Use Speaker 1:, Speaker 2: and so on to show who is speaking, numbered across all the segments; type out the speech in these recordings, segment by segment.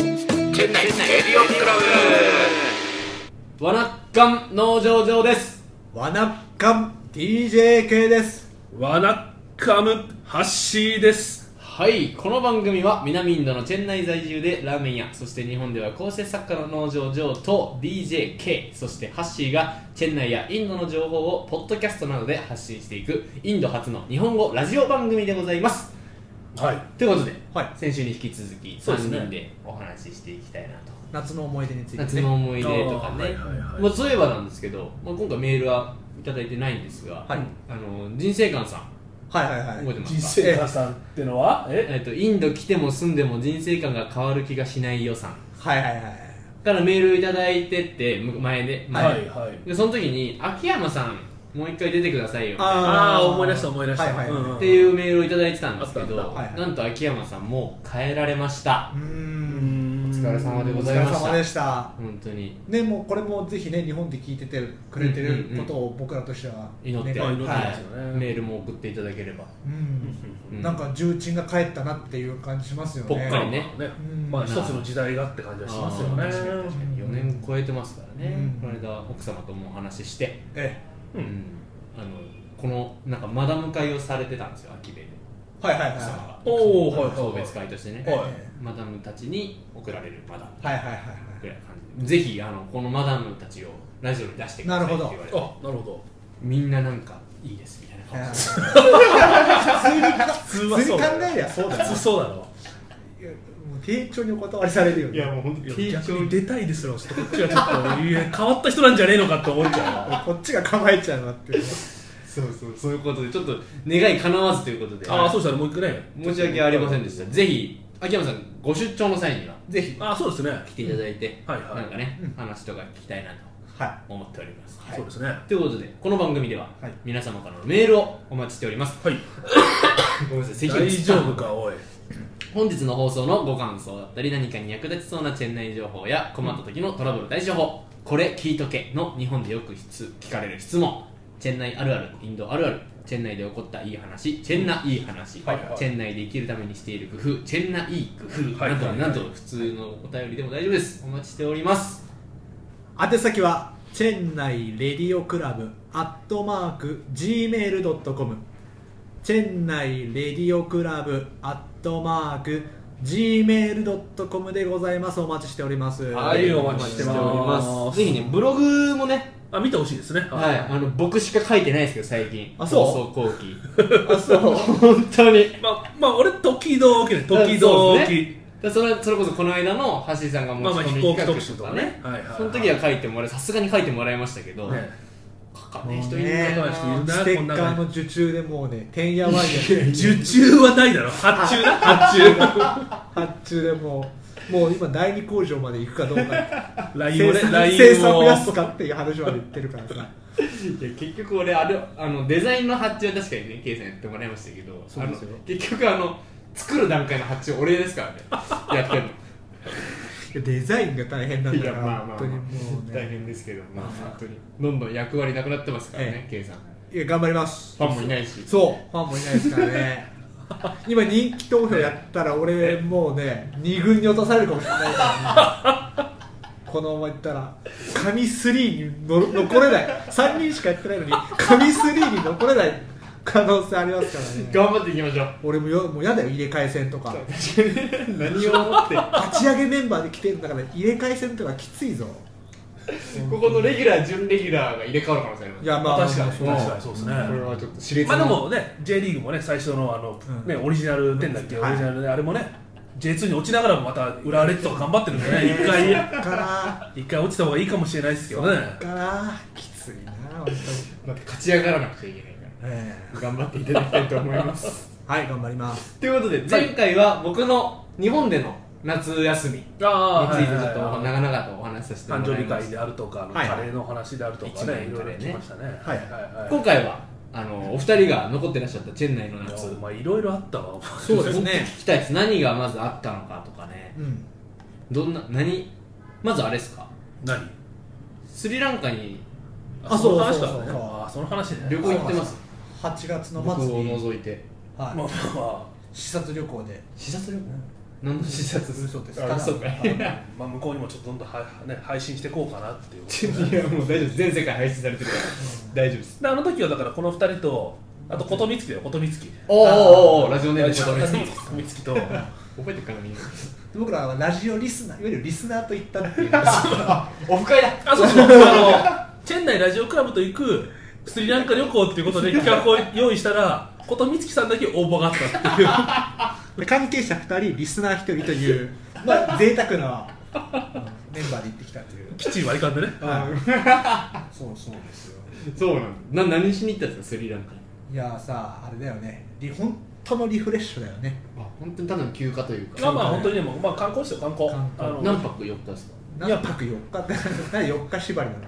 Speaker 1: 店内レディオクラブわなっかん農場上です
Speaker 2: わなっかん DJK です
Speaker 3: わなっかむハッシーです
Speaker 1: はいこの番組は南インドのチェン内在住でラーメン屋そして日本では構成作家の農場上と DJK そしてハッシーがチェン内やインドの情報をポッドキャストなどで発信していくインド初の日本語ラジオ番組でございます
Speaker 3: はい
Speaker 1: ということで、
Speaker 2: はい
Speaker 1: 先週に引き続き
Speaker 3: そうです
Speaker 1: 3
Speaker 3: ね
Speaker 1: 人でお話ししていきたいなと、
Speaker 2: 夏の思い出について、ね、
Speaker 1: 夏の思い出とかね、
Speaker 3: あーはいはいはい
Speaker 1: まあ、そういえばなんですけど、まあ、今回メールはいただいてないんですが、
Speaker 2: はい
Speaker 1: あの人生観さん
Speaker 2: はいはいはい
Speaker 1: 覚えてますか
Speaker 3: 人生観さんってのはえ
Speaker 1: えっと、インド来ても住んでも人生観が変わる気がしない予算
Speaker 2: はいはいはい
Speaker 1: からメールいただいてってむ前ね前、
Speaker 3: はいはい
Speaker 1: でその時に秋山さんもう一回出てくださいよみたいな
Speaker 3: あー思い出した思い出した
Speaker 2: はいはいはい、
Speaker 3: うんうん
Speaker 2: う
Speaker 1: っていうメールをいただいてたんですけど、
Speaker 3: あ
Speaker 2: っ
Speaker 3: ったあ
Speaker 2: たはいはい
Speaker 1: なんと秋山さんもう変えられました
Speaker 2: ーん
Speaker 1: お疲れ様でご
Speaker 2: お
Speaker 1: ざ
Speaker 2: 疲
Speaker 1: い
Speaker 2: れ
Speaker 1: ました
Speaker 2: 様でした
Speaker 1: 本当に
Speaker 2: ねもうこれもぜひね日本で聞いててくれてることを僕らとしては
Speaker 1: 祈って、
Speaker 3: まあ
Speaker 2: 願
Speaker 3: 祈ってますよね
Speaker 1: はいメールも送っていただければ、
Speaker 2: うん
Speaker 1: うん
Speaker 2: なんか重鎮が帰ったなっていう感じしますよね
Speaker 1: ぽっかりね
Speaker 3: まあね
Speaker 2: うん
Speaker 3: まあ一つの時代がって感じはしますよね
Speaker 1: あー確かに確かに4年超えてますからね、
Speaker 2: うん
Speaker 1: この間奥様ともお話しして、
Speaker 2: え
Speaker 3: うん
Speaker 1: あのこのなんかマダム会をされてたんですよ秋部で
Speaker 2: えはいはいはい
Speaker 1: 奥様
Speaker 2: は
Speaker 1: が
Speaker 3: おー
Speaker 1: 奥様が
Speaker 3: はいはいはい
Speaker 1: 送別会としてね、
Speaker 2: ええ
Speaker 3: はい
Speaker 1: マダムたちに送られるマダム
Speaker 2: はいはいはいは
Speaker 1: ぐらいの感じでぜひあのこのマダムたちをラジオに出してくださいって言われて
Speaker 3: あなるほど
Speaker 1: みんななんかいいですみたいな感
Speaker 2: い
Speaker 1: じ
Speaker 2: はい
Speaker 1: で
Speaker 3: 普通
Speaker 2: 普通に考えりゃそうだよ
Speaker 3: 普通そうだろ
Speaker 2: いやもう丁重にお断りされるよね
Speaker 1: う本
Speaker 3: いや逆に出たいですよちょっとこっちはちょっといや変わった人なんじゃねえのかって思っち ゃうわ
Speaker 2: こっちが構えちゃうな っていう
Speaker 1: そうそうそういうことでちょっと願い叶わずということで
Speaker 3: ああそうしたらもう一回ね
Speaker 1: 申し訳ありませんでしたぜひ秋山さんご出張の際には
Speaker 2: ぜひ
Speaker 3: ああそうですね
Speaker 1: 来ていただいて、
Speaker 3: はいはい
Speaker 1: なんかね、
Speaker 2: うん
Speaker 1: 話とか聞きたいなと
Speaker 2: は
Speaker 1: 思っております、
Speaker 3: そうですねは
Speaker 1: ということでこの番組では、
Speaker 2: はい
Speaker 1: 皆様からのメールをお待ちしております
Speaker 3: い
Speaker 1: ごめんなさい咳が
Speaker 3: 大
Speaker 1: つっ
Speaker 3: 丈
Speaker 1: た
Speaker 3: 夫かおい
Speaker 1: 本日の放送のご感想だったり何かに役立ちそうなチェン内情報や困った時のトラブル対処法、これ聞いとけの日本でよく質聞かれる質問チェン内あるあるインドあるあるチェン内で起こったいい話チェンないい話、
Speaker 3: はいはい
Speaker 1: チェン内で生きるためにしている工夫チェンないい工夫、
Speaker 3: はいはいはい
Speaker 1: などなど普通のお便りでも大丈夫ですお待ちしております
Speaker 2: い宛先はチェンナイレディオクラブアットマーク Gmail.com チェンナイレディオクラブアットマーク Gmail.com でございますお待ちしております
Speaker 3: はいお待ちしてます
Speaker 1: ぜひねブログもね
Speaker 3: あ見てほしいですね
Speaker 1: はい、あの僕しか書いてないですけど最近
Speaker 2: あそう
Speaker 1: 放送後期
Speaker 2: あそう
Speaker 1: 本当に
Speaker 3: まあ、まあ、俺、時々ね、時
Speaker 1: そうで
Speaker 3: 々。
Speaker 1: すねだそれそれこそこの間の橋井さんが
Speaker 3: まあまあ、
Speaker 1: 持ち込
Speaker 3: 飛
Speaker 1: み
Speaker 3: 行機
Speaker 1: 企
Speaker 3: 特
Speaker 1: 画
Speaker 3: 集とかね。はいはいはい
Speaker 1: その時は書いてもらえさすがに書いてもらいましたけど、
Speaker 3: ね
Speaker 1: 書かねえ
Speaker 2: も
Speaker 1: 人
Speaker 2: う
Speaker 1: いる
Speaker 2: ね
Speaker 1: かな
Speaker 3: 人いるな
Speaker 2: ステッカーの受注でもうねてんやわんやで
Speaker 3: 受注はないだろ、発注な、発注。
Speaker 2: 発注でもうもう今第二工場まで行くかどうか
Speaker 3: LINE
Speaker 2: 生
Speaker 3: をね、
Speaker 2: 産
Speaker 3: LINE
Speaker 2: 生産増
Speaker 3: を。
Speaker 2: やすかっていう話まで言ってるからさ
Speaker 1: いや結局俺あれあのデザインの発注は確かにねケイさんやってもらいましたけど
Speaker 2: そうですよ
Speaker 1: あの結局あの作る段階の発注俺ですからねやってる
Speaker 2: いやデザインが大変なん
Speaker 1: の
Speaker 2: だから、本当にもう
Speaker 1: 大
Speaker 2: ね
Speaker 1: 変ですけどまあ本当にどんどん役割なくなってますからね、
Speaker 2: え
Speaker 1: ケイさん
Speaker 2: いや頑張ります
Speaker 1: ファンもいないし
Speaker 2: そうファンもいないですからね今人気投票やったら俺もうね二軍に落とされるかもしれないからねこのままいったら神3にの残れない3人しかやってないのに神3に残れない可能性ありますからね
Speaker 1: 頑張っていきましょう
Speaker 2: 俺もよもうやだよ入れ替え戦とか
Speaker 1: 何を思って
Speaker 2: 立ち上げメンバーで来てるんだから入れ替え戦とかきついぞ
Speaker 1: ここのレギュラー準レギュラーが入れ替わる可能性あります
Speaker 2: いやまあ
Speaker 3: 確かに、
Speaker 2: まあまあ
Speaker 3: 確かに、そうですね。
Speaker 1: これはちょっと熾烈
Speaker 3: まあ
Speaker 1: な
Speaker 3: でもね、J リーグもね、最初のあの、
Speaker 2: うん
Speaker 3: ね、オリジナル店だっけ、
Speaker 2: うん
Speaker 3: オリジナルで、あれもね、J2 に落ちながらもまた浦和レッズとか頑張ってるんで ね、一回、
Speaker 2: そっから
Speaker 3: 一回落ちた方がいいかもしれないですけどね。
Speaker 2: からきついな本当に、
Speaker 1: また勝ち上がらなくちゃいけないか
Speaker 2: え
Speaker 1: ら頑張っていただきたいと思います
Speaker 2: えはい頑張ります
Speaker 1: ということで 前回は僕の日本での夏休みについてちょ
Speaker 3: あー
Speaker 1: っと長々とお話しさせても
Speaker 3: 誕生
Speaker 1: らい
Speaker 3: 日
Speaker 1: ま
Speaker 3: 会
Speaker 1: し
Speaker 3: であるとか、あの
Speaker 2: はい
Speaker 3: カレーの話であるとか
Speaker 1: 一枚
Speaker 3: ね、い
Speaker 1: の
Speaker 3: ろ
Speaker 1: カ
Speaker 3: い
Speaker 1: レーね
Speaker 3: ろ来ましたね。
Speaker 2: はい
Speaker 1: た今回はあのお二人が残ってらっしゃったチェン内の夏
Speaker 3: いやお前いろいろあったわ。
Speaker 2: そうですね
Speaker 1: 聞きたいです何がまずあったのかとかね
Speaker 2: うん
Speaker 1: どんな何まずあれですか
Speaker 3: 何？
Speaker 1: スリランカに
Speaker 2: あそう
Speaker 3: の話
Speaker 2: そう
Speaker 3: だ
Speaker 2: そうそう
Speaker 3: あその話ね。
Speaker 1: 旅行行ってます
Speaker 2: 8月の
Speaker 1: 僕
Speaker 2: 末
Speaker 1: を
Speaker 2: に、
Speaker 1: 除いて
Speaker 3: まあま
Speaker 2: は
Speaker 3: あま
Speaker 2: い、視察旅行で
Speaker 1: 視察旅行何の視察
Speaker 2: 嘘です
Speaker 1: あそうかいや
Speaker 3: まあ、向こうにもちょっとどんどんは、ね、配信していこうかなっていうこと
Speaker 1: ちょいやもう大丈夫です全世界配信されてるから大丈夫です
Speaker 3: であの時はだからこの2人とあとことみつきだよことみつき
Speaker 1: おーおーおーラジオネーム
Speaker 3: ラジオ
Speaker 1: こと
Speaker 3: ネ
Speaker 1: みつ
Speaker 3: ー
Speaker 1: き
Speaker 3: ムことみつきと
Speaker 1: 覚えてるかなみんな
Speaker 2: 僕らはラジオリスナーいわゆるリスナーと言った っていう
Speaker 1: オフ会だ
Speaker 3: あそうそうあのチェンナイラジオクラブと行くスリランカ旅行っていうことで企画を用意したらことみつきさんだけ応募があったっていう
Speaker 2: で関係者2人リスナー1人と いうまあ贅沢なうんメンバーで行ってきたという
Speaker 3: きっちり割り勘でね
Speaker 2: はいそうそうですよ
Speaker 1: そうなのな何しに行ったんですかスリランカに
Speaker 2: いやーさあれだよねリ本当のリフレッシュだよね
Speaker 1: あ本当にただの休暇というか
Speaker 3: まあまあ本当にでも、まあ、観光ですよ観光
Speaker 2: 観光
Speaker 3: あの
Speaker 1: 何泊4日ですか
Speaker 3: いや
Speaker 2: 何泊4日って何4日 縛りなのね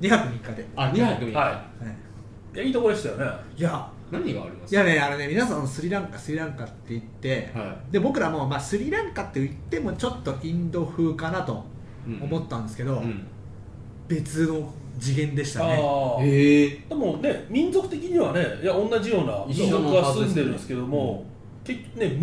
Speaker 2: 2泊3日で、
Speaker 1: あ2泊3日、
Speaker 3: は
Speaker 2: はい
Speaker 3: いいやいいとこでしたよね
Speaker 2: いや
Speaker 1: 何があります
Speaker 2: いやねあのね皆さんスリランカスリランカって言って、
Speaker 1: は
Speaker 2: で僕らも、まあ、スリランカって言ってもちょっとインド風かなと
Speaker 1: うん
Speaker 2: 思ったんですけど、
Speaker 1: うん
Speaker 2: 別の次元でした
Speaker 3: あ
Speaker 2: ね
Speaker 3: あ
Speaker 1: へえ
Speaker 3: でもね民族的にはねいや同じような
Speaker 1: 一緒の
Speaker 3: 僕は住んでるんですけども、結ね、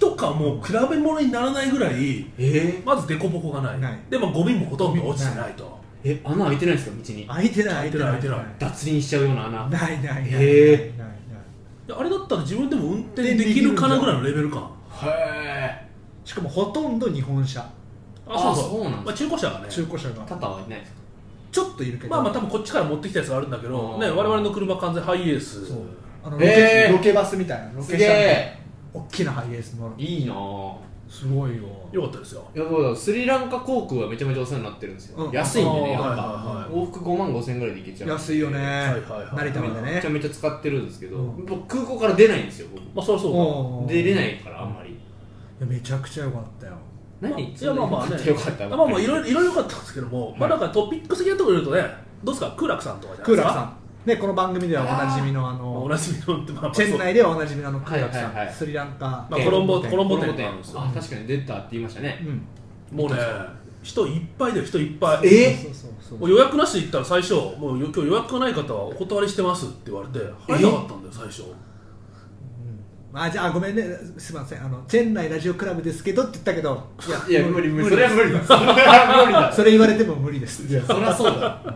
Speaker 3: 道とかも比べ物にならないぐらい
Speaker 1: え
Speaker 3: まず凸凹がない
Speaker 2: ない
Speaker 3: でもゴミもほとんど落ちてないと
Speaker 1: え穴開いてないですか道に
Speaker 2: 開いてない
Speaker 3: 開いてない
Speaker 1: 脱輪しちゃうような穴
Speaker 2: 開いてないないないないない
Speaker 1: へえ
Speaker 2: ない
Speaker 3: であれだったら自分でも運転できるかなぐらいのレベル感
Speaker 1: へえ
Speaker 2: しかもほとんど日本車
Speaker 3: あそうそ
Speaker 1: あそ
Speaker 3: う
Speaker 1: うなんだ
Speaker 3: まあ、中古車がね
Speaker 2: 中古車が
Speaker 1: タタはいないですか
Speaker 2: ちょっといるけど
Speaker 3: まあまあ多分こっちから持ってきたやつがあるんだけ
Speaker 1: う
Speaker 3: ど、
Speaker 1: ん
Speaker 3: ね、我々の車完全ハイエース
Speaker 2: そうあのロケ,、
Speaker 1: えー
Speaker 2: ロケバスみたいなロ
Speaker 1: す
Speaker 2: ケ
Speaker 1: げ
Speaker 2: 車みたい
Speaker 1: え
Speaker 2: な大きなハイエース乗る
Speaker 1: いいなぁ
Speaker 2: すごいよ
Speaker 3: よかったですよ
Speaker 1: いやだからスリランカ航空はめちゃめちゃお世話になってるんですよ、
Speaker 2: うん
Speaker 1: 安いんでねや
Speaker 3: あ
Speaker 1: っ
Speaker 3: ー
Speaker 1: ぱ、
Speaker 3: はいはいはい
Speaker 1: 往復5万5千円ぐらいで行けちゃう
Speaker 2: 安いよね、
Speaker 3: いはいはい
Speaker 2: 成田まで
Speaker 1: め
Speaker 2: ね
Speaker 1: ちゃめちゃ使ってるんですけど、
Speaker 2: うん
Speaker 1: 僕空港から出ないんですよ僕
Speaker 3: まあそりゃそう
Speaker 2: おうおう
Speaker 1: 出れないからあんまり
Speaker 2: いやめちゃくちゃ良かったよ
Speaker 3: だ
Speaker 1: 何
Speaker 3: いやまあまあね
Speaker 1: よかった
Speaker 3: まあまあいろいろいろいろ良かったんですけども、まあなんかトピックス的なところで言うとねどうですか空楽さんとかじゃない
Speaker 2: ク
Speaker 3: で
Speaker 2: ーラ
Speaker 3: すか
Speaker 2: ーさんねこの番組ではおなじみのあ
Speaker 3: お
Speaker 2: の
Speaker 3: なじみのってまあまあ
Speaker 2: チェン
Speaker 3: そう
Speaker 2: 内ではおなじみのあのクーラーさん、
Speaker 1: はいはいはい
Speaker 2: スリランカ、
Speaker 3: まあコロンボコロンボ店
Speaker 1: 店
Speaker 3: なんですよ
Speaker 1: あ確かに出たって言いましたね、
Speaker 2: うん
Speaker 3: もうね人いっぱいだよ人いっぱい
Speaker 1: え
Speaker 2: そうそうそう
Speaker 3: もう予約なしで行ったら最初もうよ今日予約がない方はお断りしてますって言われて入らなかったんだよ最初
Speaker 2: うんあじゃあごめんねすみませんあのチェン内ラジオクラブですけどって言ったけど
Speaker 1: いや無理無理それ
Speaker 2: で
Speaker 1: は
Speaker 2: す
Speaker 1: 無理だそれは無理だ
Speaker 2: それ言われても無理です
Speaker 1: いやそりゃそうだ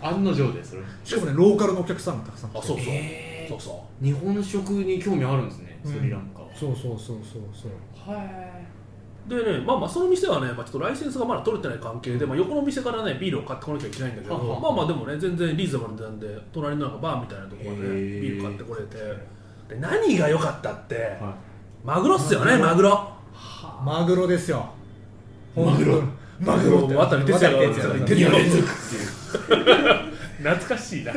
Speaker 1: 案の定ですそれ
Speaker 2: しかもねローカルのお客さんがたくさん来て
Speaker 3: あそうそう、
Speaker 1: えー
Speaker 3: そうそ
Speaker 1: 日本食に興味あるんですねスリランカは、
Speaker 2: そうそうそうそうそう
Speaker 1: は
Speaker 3: うでねまあまあその店はね、まあ、ちょっとライセンスがまだ取れてない関係で、まあ、横の店からねビールを買ってこなきゃいけないんだけど
Speaker 1: はは
Speaker 3: まあまあでもね全然リーズナブルなんで隣のなんかバーみたいなところで、ね
Speaker 1: へー
Speaker 3: ビール買ってこれてで何が良かったって、
Speaker 1: いは
Speaker 3: マグロっすよねマグロ
Speaker 2: マグロですよ
Speaker 1: マグロ
Speaker 2: マグロって
Speaker 3: 渡り哲也
Speaker 2: 渡り
Speaker 3: が言
Speaker 2: 哲
Speaker 3: っ
Speaker 2: 也
Speaker 3: てる
Speaker 1: い
Speaker 3: よ
Speaker 1: や
Speaker 3: ね
Speaker 1: 連続
Speaker 3: 懐かしい な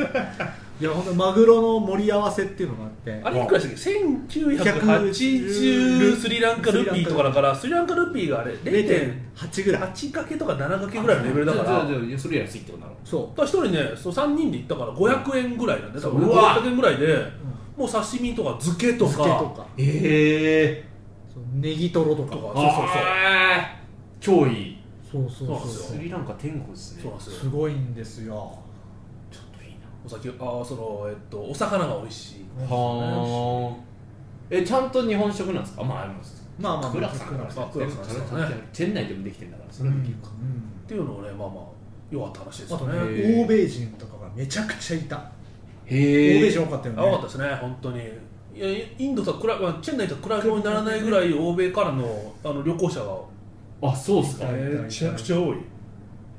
Speaker 3: い
Speaker 2: や本当マグロの盛り合わせっていうのがあって
Speaker 3: あれいくらでしたっけ1980スリランカルピーとかだからスリランカルピーがあれ0.8
Speaker 2: 0.8ぐらい
Speaker 3: 掛けとか7掛けぐらいのレベルだからだ
Speaker 1: じ
Speaker 3: か
Speaker 1: ゃあじゃあそれ安いってことだろ
Speaker 2: そ
Speaker 3: ら1人ねそう3人で行ったから500円ぐらいなんで多分
Speaker 1: そううわ
Speaker 3: 500円ぐらいでもう刺身とか漬け
Speaker 2: う
Speaker 3: と
Speaker 2: 漬けと
Speaker 3: か
Speaker 2: か
Speaker 1: へえ
Speaker 2: そうネギトロとか
Speaker 3: とか
Speaker 1: そうそうそう超いい
Speaker 2: そうそう
Speaker 3: そうなんですよ
Speaker 1: スリランカ天国ですね
Speaker 3: そうなんです
Speaker 2: す
Speaker 3: よ
Speaker 2: ごいんですよ
Speaker 1: ちょっといいな
Speaker 3: お酒ああそのえっとお魚が美味しい
Speaker 1: はあえちゃんと日本食なんですかまああります
Speaker 2: まあまあまあ
Speaker 1: クラフさんから
Speaker 3: クラフさんですからね
Speaker 1: チェン内でもできてんだからそ
Speaker 2: うん
Speaker 1: れ
Speaker 2: う
Speaker 1: はできるか
Speaker 2: ん
Speaker 3: っていうのをねまあまあ良かった話です
Speaker 2: あ
Speaker 3: よ
Speaker 2: と
Speaker 3: ね
Speaker 2: ね
Speaker 1: へー
Speaker 2: 欧米人とかがめちゃくちゃいた欧
Speaker 1: へ
Speaker 2: 米
Speaker 1: え
Speaker 2: 人多かったよ
Speaker 3: あよかった
Speaker 2: ね
Speaker 3: ですね、本当に。いやインドとは比べまあチェンナイと比べ物にならないぐらい欧米からのあの旅行者
Speaker 1: あそうっすか
Speaker 3: がめちゃくちゃ多い。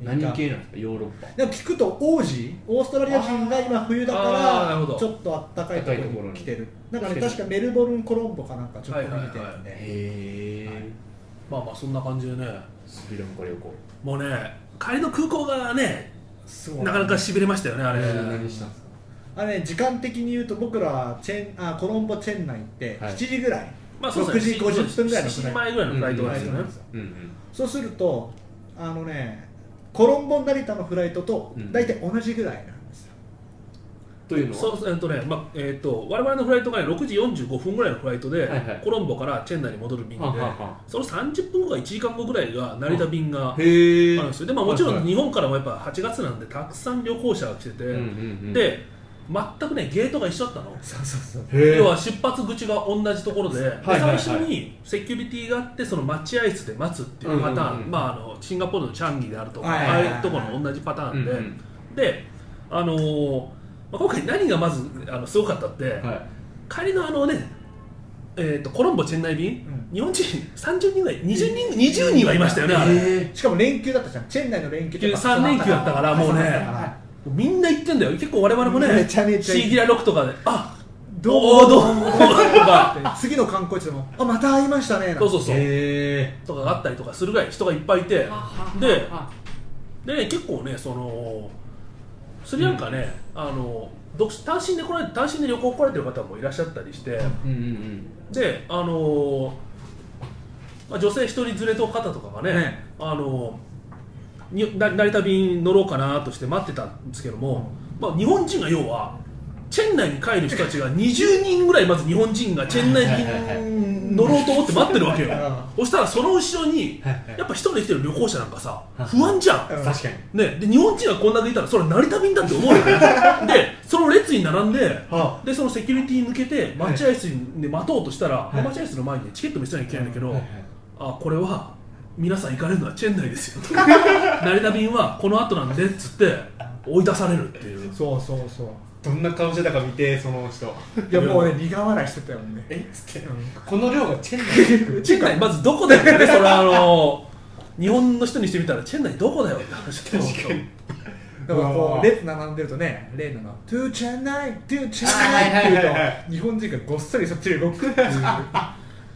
Speaker 1: 何系なんですかヨーロッパ
Speaker 2: でも聞くと王子オーストラリア人が今冬だ
Speaker 3: あー
Speaker 2: か
Speaker 3: なるほど
Speaker 2: らちょっとあったかいところに来てるなんかね
Speaker 1: 来てる
Speaker 2: 確かメルボルンコロンボかなんかちょっと見てるんで
Speaker 1: へえ
Speaker 3: まあまあそんな感じでね、
Speaker 1: スリランカ旅行
Speaker 3: もうね、帰りの空港がね、
Speaker 2: すごい
Speaker 3: なかなかしびれましたよね、あれ。
Speaker 1: 何したんですか
Speaker 2: あれね時間的に言うと僕らはチェンあコロンボチェン内行って
Speaker 1: はい
Speaker 2: 7時ぐらい、
Speaker 3: まあそう
Speaker 2: 6
Speaker 3: です
Speaker 2: 時
Speaker 3: ね
Speaker 2: 50分ぐらいの
Speaker 3: 7時
Speaker 2: フライ
Speaker 3: 前ぐらいのフライト
Speaker 2: ト
Speaker 3: なんですよね。
Speaker 1: うんうん
Speaker 2: そうするとあのねコロンボ成田のフライトと
Speaker 1: うん
Speaker 2: 大体同じぐらいなんですよ、
Speaker 1: というの
Speaker 3: そう
Speaker 1: は
Speaker 3: えっとね、まあえっと我々のフライトがね6時45分ぐらいのフライトで、
Speaker 1: はいはい
Speaker 3: コロンボからチェンナイに戻る便で、
Speaker 1: はあはあは
Speaker 3: その30分後か1時間後ぐらいが成田便が
Speaker 1: へえ
Speaker 3: あるんですよで、まあ、もちろ
Speaker 1: はいは
Speaker 3: ん
Speaker 1: い
Speaker 3: 日本からもやっぱ8月なんでたくさん旅行者が来てて、
Speaker 1: うんうんうん
Speaker 3: で全くねゲートが一緒だったの
Speaker 2: そうそうそう
Speaker 1: へえ
Speaker 3: 要は出発口が同じところで,で、
Speaker 1: はいはいはい
Speaker 3: 最初にセキュリティがあってその待合室で待つっていうパタ
Speaker 1: う
Speaker 3: ーン、
Speaker 1: んうんうん
Speaker 3: まあ、あのシンガポールのチャンギであるとか、
Speaker 2: はいはいはいはい
Speaker 3: ああいうところの同じパターンで、
Speaker 1: うんうん
Speaker 3: で、あのーまあ、今回何がまずあのすごかったって、
Speaker 1: は
Speaker 3: 帰りのあのね、えー、とコロンボチェンナイ便、
Speaker 2: う
Speaker 3: 日本人30人ぐらい20人20人はいましたよねあれ、
Speaker 2: しかも連休だったじゃんチェン内の連休とか
Speaker 3: 3連休だったからもうねみんな行ってんだよ結構我々もね
Speaker 2: めちゃめちゃ行く
Speaker 3: シーギラロックとかであ
Speaker 2: どう
Speaker 3: おーどうも
Speaker 2: どうも
Speaker 3: とか
Speaker 2: 次の観光地でもあまた会いましたねなんて
Speaker 3: そうそうそう、
Speaker 1: へ
Speaker 3: とかがあったりとかするぐらい人がいっぱいいて
Speaker 1: ー
Speaker 3: で
Speaker 1: はは
Speaker 3: でね結構ねそのスリランカね、あの独単身で来られ単身で旅行来られてる方もいらっしゃったりして
Speaker 1: うんうん
Speaker 3: であの、まあ、女性一人連れと方とかがね
Speaker 2: ね
Speaker 3: あのにな成田便乗ろうかなとして待ってたんですけども、まあ、日本人が要はチェン内に帰る人たちが20人ぐらいまず日本人がチェン内便乗ろうと思って待ってるわけよ
Speaker 2: う
Speaker 3: そしたらその後ろに
Speaker 1: はいはい
Speaker 3: やっぱ一人で来てる旅行者なんかさ
Speaker 1: はい
Speaker 3: 不安じゃん
Speaker 2: う
Speaker 1: うんん確かに
Speaker 3: ね、で日本人がこんだけいたらそれは成田便だって思う よねでその列に並んで
Speaker 1: は
Speaker 3: でそのセキュリティ抜けて
Speaker 1: はい
Speaker 3: 待合室で待とうとしたら、
Speaker 1: い
Speaker 3: 待合室の前に、チケット見せなきゃいけないんだけど、
Speaker 1: はいはい
Speaker 3: あこれは皆さん行かれるのはチェン内ですよ成田便はこの後なんでっつって追い出されるっていう
Speaker 2: そうそうそう
Speaker 1: どんな顔してたか見てその人
Speaker 2: いやもうね苦笑いしてたよね
Speaker 1: えっつって
Speaker 2: うん
Speaker 1: この量がチェン内
Speaker 3: チェン内まずどこだよってねそれはあの日本の人にしてみたらチェン内どこだよって話だと思う
Speaker 1: 確かに
Speaker 2: だから
Speaker 1: う
Speaker 2: こ
Speaker 1: わ
Speaker 2: う列並んでるとね例のの「トゥーチャンナイトゥーチャン
Speaker 1: は
Speaker 2: ナイ」
Speaker 1: い
Speaker 2: っ
Speaker 1: は
Speaker 2: てい
Speaker 1: いはいはいう
Speaker 2: と日本人がごっそりそっちに動く っていう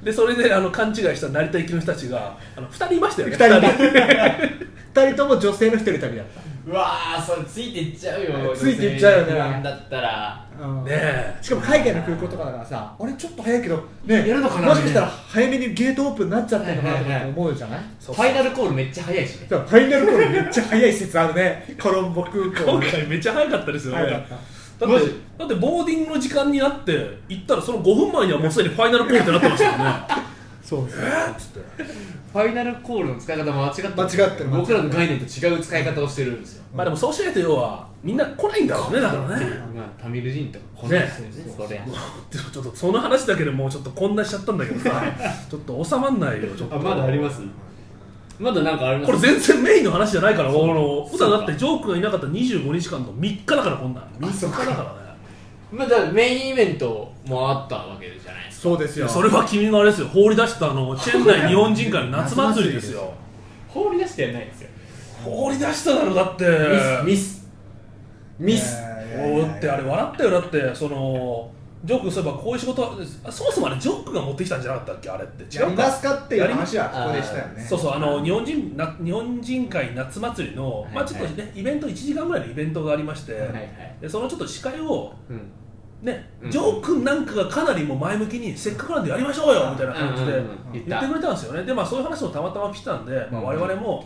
Speaker 3: でそれであの勘違いした成田行きの人たちがあの2人いましたよね
Speaker 2: 二人で二人とも女性の一人旅だっ
Speaker 1: うわーそれついていっちゃう よ
Speaker 2: ついていっちゃうよね
Speaker 1: 女性に不安だったら
Speaker 2: た、うん
Speaker 3: ねえ
Speaker 2: しかも海外の空港とかだからさあれちょっと早いけどね
Speaker 1: やるのかな
Speaker 2: もしかしたら早めにゲートオープンになっちゃってるのかなとかって思うじゃない
Speaker 1: フ
Speaker 3: そう
Speaker 1: ァイナルコールめっちゃ早いしね
Speaker 2: だからファイナルコールめっちゃ早い説あるねコロンボ空港
Speaker 3: 今
Speaker 2: ね
Speaker 3: 回めっちゃ早かったですよね
Speaker 2: 早かっ
Speaker 3: だっ
Speaker 1: マ
Speaker 3: て
Speaker 1: ジ
Speaker 3: だってボーディングの時間になって行ったらその5分前にはもうすでにファイナルコールってなって ましたよね
Speaker 2: そうそう
Speaker 3: えーっつって
Speaker 1: ファイナルコールの使い方間違ってる
Speaker 2: 間違ってる
Speaker 1: 僕らの概念と違う使い方をしてるんですよ
Speaker 3: まあでもそうしないと要はみんな来ないんだろうねだからね
Speaker 1: まあタミル人とかこんな人ですよね
Speaker 2: ね
Speaker 1: そりゃ
Speaker 3: もうでもちょっとその話だけでもうちょっとこんなしちゃったんだけど さちょっと収まんないよちょっと
Speaker 1: あまだありますまだなんかあります
Speaker 3: これ全然メインの話じゃないから
Speaker 1: そう
Speaker 3: この
Speaker 1: そう
Speaker 3: 普
Speaker 1: か
Speaker 3: 段だってジョークがいなかった25日間の3日だからこんなん3日だからね
Speaker 1: まあだからメインイベントもあったわけじゃないですか
Speaker 2: そうです
Speaker 3: い
Speaker 2: よ
Speaker 3: やそれは君のあれですよ放り出したあのチェン内日本人会の夏祭りです よ
Speaker 1: 放り出してはないんですよ
Speaker 3: 放り出しただろだって
Speaker 1: ミスミスミス
Speaker 3: おーってあれ笑ったよだってそのジョークそういえばこういう仕事はそもそもあれジョークが持ってきたんじゃなかったっけあれって違
Speaker 2: やり
Speaker 3: う
Speaker 2: ま
Speaker 3: か
Speaker 2: すかっていう話はここでしたよね
Speaker 3: そうそうあの日本人な日本人会夏祭りの、
Speaker 1: はい
Speaker 3: まあ、ちょっとね、イベント1時間ぐらいのイベントがありまして、
Speaker 1: はいはい
Speaker 3: でそのちょっと司会を、
Speaker 1: うん
Speaker 3: ね
Speaker 1: うん
Speaker 3: ジョー君なんかがかなりもう前向きにせっかくなんでやりましょうよみたいな感じで
Speaker 1: うんうんうん言った
Speaker 3: 言ってくれたんですよねで、まあ、そういう話もたまたま来たんで、まあ、
Speaker 1: うんうん
Speaker 3: 我々も、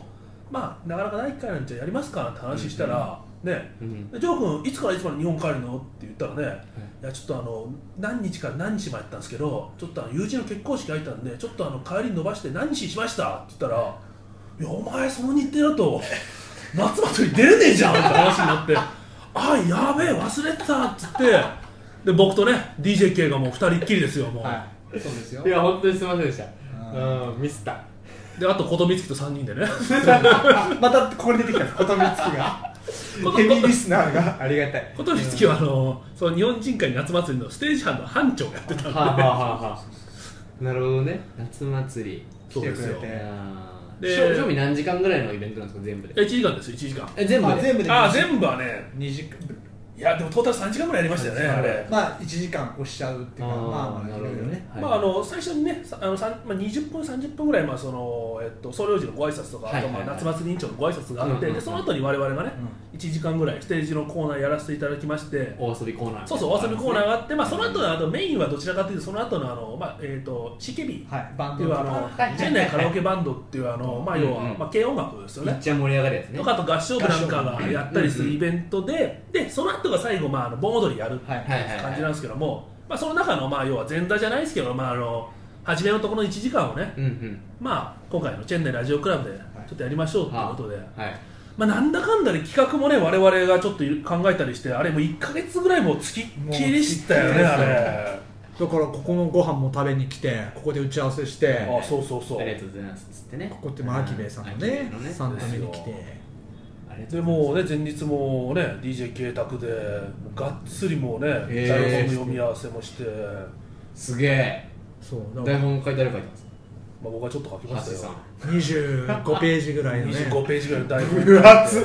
Speaker 3: まあ、なかなか第一回なんじゃやりますかなんて話したら、ね
Speaker 1: うん
Speaker 3: でジョー君いつからいつまで日本帰るのって言ったらね、い、やちょっとあの何日から何日までやったんですけどちょっとあの友人の結婚式が入ったんでちょっとあの帰り伸ばして何日にしましたって言ったら「いやお前その日程 だと夏祭り出れねえじゃん」って話になって「あやべえ忘れてた」っつってで僕とね DJK がもう二人っきりですよもう、
Speaker 2: はいそうですよ
Speaker 1: いや本当にすみませんでした
Speaker 2: うん
Speaker 1: うんミスった
Speaker 3: であと琴美月と三人 でね
Speaker 2: あ またここに出てきたことみつきがヘビーリスナーがありがたい
Speaker 3: 琴美月はあのその日本人会夏祭りのステージ班の班長をやってたんで
Speaker 1: はあはあはあはあなるほどね夏祭り
Speaker 3: そうですよ
Speaker 2: 来てくれて
Speaker 1: あー
Speaker 3: で
Speaker 1: 賞賞味何時間ぐらいのイベントなんですか全部で
Speaker 3: 1時間ですよ1時間
Speaker 1: え全部
Speaker 2: まあ
Speaker 1: で
Speaker 2: 全部で
Speaker 3: あ全部はね
Speaker 2: 2時間
Speaker 3: いやでもトータル3時間ぐらいやりましたよねあれ
Speaker 2: まあ1時間押しちゃうっていうかまあまあい
Speaker 1: なる
Speaker 2: ろ
Speaker 1: ほ
Speaker 2: い
Speaker 1: ど
Speaker 2: ろね
Speaker 1: ねはい
Speaker 3: まあ、あの最初にね、さあのさんまあ、20分、30分ぐらい、まあそのえっと、総領事のご挨拶とか、
Speaker 1: はい
Speaker 3: あ
Speaker 1: は
Speaker 3: と
Speaker 1: いはい
Speaker 3: まあ夏祭り委員長のご挨拶があって、
Speaker 1: うんうんうん
Speaker 3: でその後に我々がね、1時間ぐらい、ステージのコーナーやらせていただきまして、
Speaker 1: お遊びコーナー
Speaker 3: そうそう、お遊びコーナー
Speaker 1: ー
Speaker 3: があって、まあ、その後のあのメインはどちらかというと、その後のあの、まあえっと CKB
Speaker 2: はいバ
Speaker 3: っ
Speaker 2: ン
Speaker 3: てい
Speaker 2: ド
Speaker 3: う、あ
Speaker 2: と
Speaker 3: の
Speaker 1: はいはいはい
Speaker 3: チェン内カラオケバンドっていう、あのまあ、要は、
Speaker 1: うんうん
Speaker 3: まあ、軽音楽ですよ
Speaker 1: め
Speaker 3: ね
Speaker 1: っ。ちゃ盛り上がるやつね
Speaker 3: とかあと合唱部なんかがやったりするイベントで、でその後が最後、まあ、あの盆踊りやる
Speaker 2: はい
Speaker 1: はいはいはい
Speaker 3: 感じなんですけども、まあ、その中の、まあ、要は前座じゃないですけど、まあ、あの初めのところの1時間をね、
Speaker 1: うんうん
Speaker 3: まあ、今回のチェンネルラジオクラブでちょっとやりましょうということで、
Speaker 1: はい
Speaker 3: まあ、なんだかんだで企画もね我々がちょっと考えたりしてあれもう1か月ぐらいもうつきっきりした
Speaker 2: も
Speaker 3: よね
Speaker 2: うつきっきりですよ
Speaker 3: あれ
Speaker 2: だからここのご飯も食べに来てここで打ち合わせして
Speaker 3: あそうそうそう
Speaker 1: ありがとうございますっつってね
Speaker 2: ここってまあ秋兵衛さんのね
Speaker 1: うん秋兵衛のね
Speaker 2: さんのために来て
Speaker 1: ありがと
Speaker 3: で
Speaker 1: うござい
Speaker 3: もうね前日もね DJ 慶卓でもうがっつりもうね
Speaker 1: えー
Speaker 3: 台本の読み合わせもして、
Speaker 1: ますすげえ
Speaker 2: そうだか
Speaker 1: 台
Speaker 2: ら
Speaker 1: 本書いてあれ書いてます
Speaker 3: まあ、僕はちょっと書き
Speaker 1: 橋
Speaker 3: ました
Speaker 1: さん
Speaker 3: よ
Speaker 2: 25ページぐらいのね
Speaker 3: 25ページぐらいの台本
Speaker 1: 分厚っ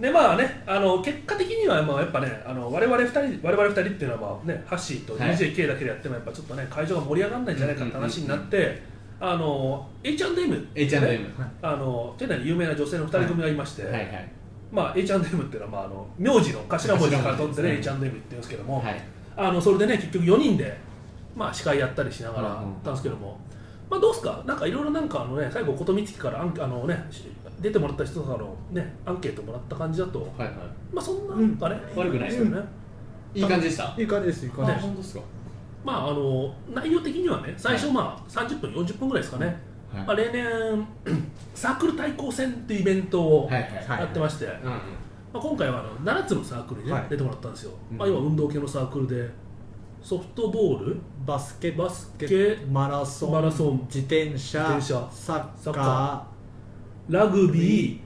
Speaker 3: でまあねあの結果的にはまあやっぱねあの我々二人我々二人っていうのはまあねハッシーと
Speaker 1: はい
Speaker 3: DJK だけでやってもやっぱちょっとね会場が盛り上がらないんじゃないかって話になってあの H&M
Speaker 1: H&M
Speaker 3: あの店内に有名な女性の二人組がいまして、
Speaker 1: はいはい
Speaker 3: まあ H&M っていうのはまああの名字の頭文字から取ってね
Speaker 1: 頭
Speaker 3: H&M って言うんですけども、
Speaker 1: はい
Speaker 3: あのそれでね結局4人で、まあ、司会やったりしなが
Speaker 1: う
Speaker 3: ら
Speaker 1: んうん
Speaker 3: やったんですけども、まあ、どうですかなんかいろいろなんかあのね最後琴光輝からアンあのねし出てもらった人からのねアンケートもらった感じだと
Speaker 1: はいは
Speaker 3: まあそんななんかね、
Speaker 1: うん悪くない
Speaker 3: ですよね、
Speaker 1: いいい感じでした
Speaker 2: いい感じですいい感じ
Speaker 1: あ
Speaker 2: です
Speaker 1: 本当ですか
Speaker 3: まああの内容的にはね最初まあ30分40分ぐらいですかね、
Speaker 1: はい
Speaker 3: まあ、例年 サークル対抗戦っていうイベントを
Speaker 1: はいはい
Speaker 2: はい
Speaker 3: やってまして、
Speaker 1: うんうん
Speaker 3: まあ、今回はあの7つのサークルに、ね
Speaker 2: はい
Speaker 3: 出てもらったんですよ、
Speaker 1: うん
Speaker 3: まあ、要は運動系のサークルでソフトボール
Speaker 2: バスケ
Speaker 3: バスケ
Speaker 2: マラソン
Speaker 3: マラソン
Speaker 2: 自転車
Speaker 3: 自転車
Speaker 2: サッ
Speaker 3: サッ
Speaker 2: カ
Speaker 3: カラグビ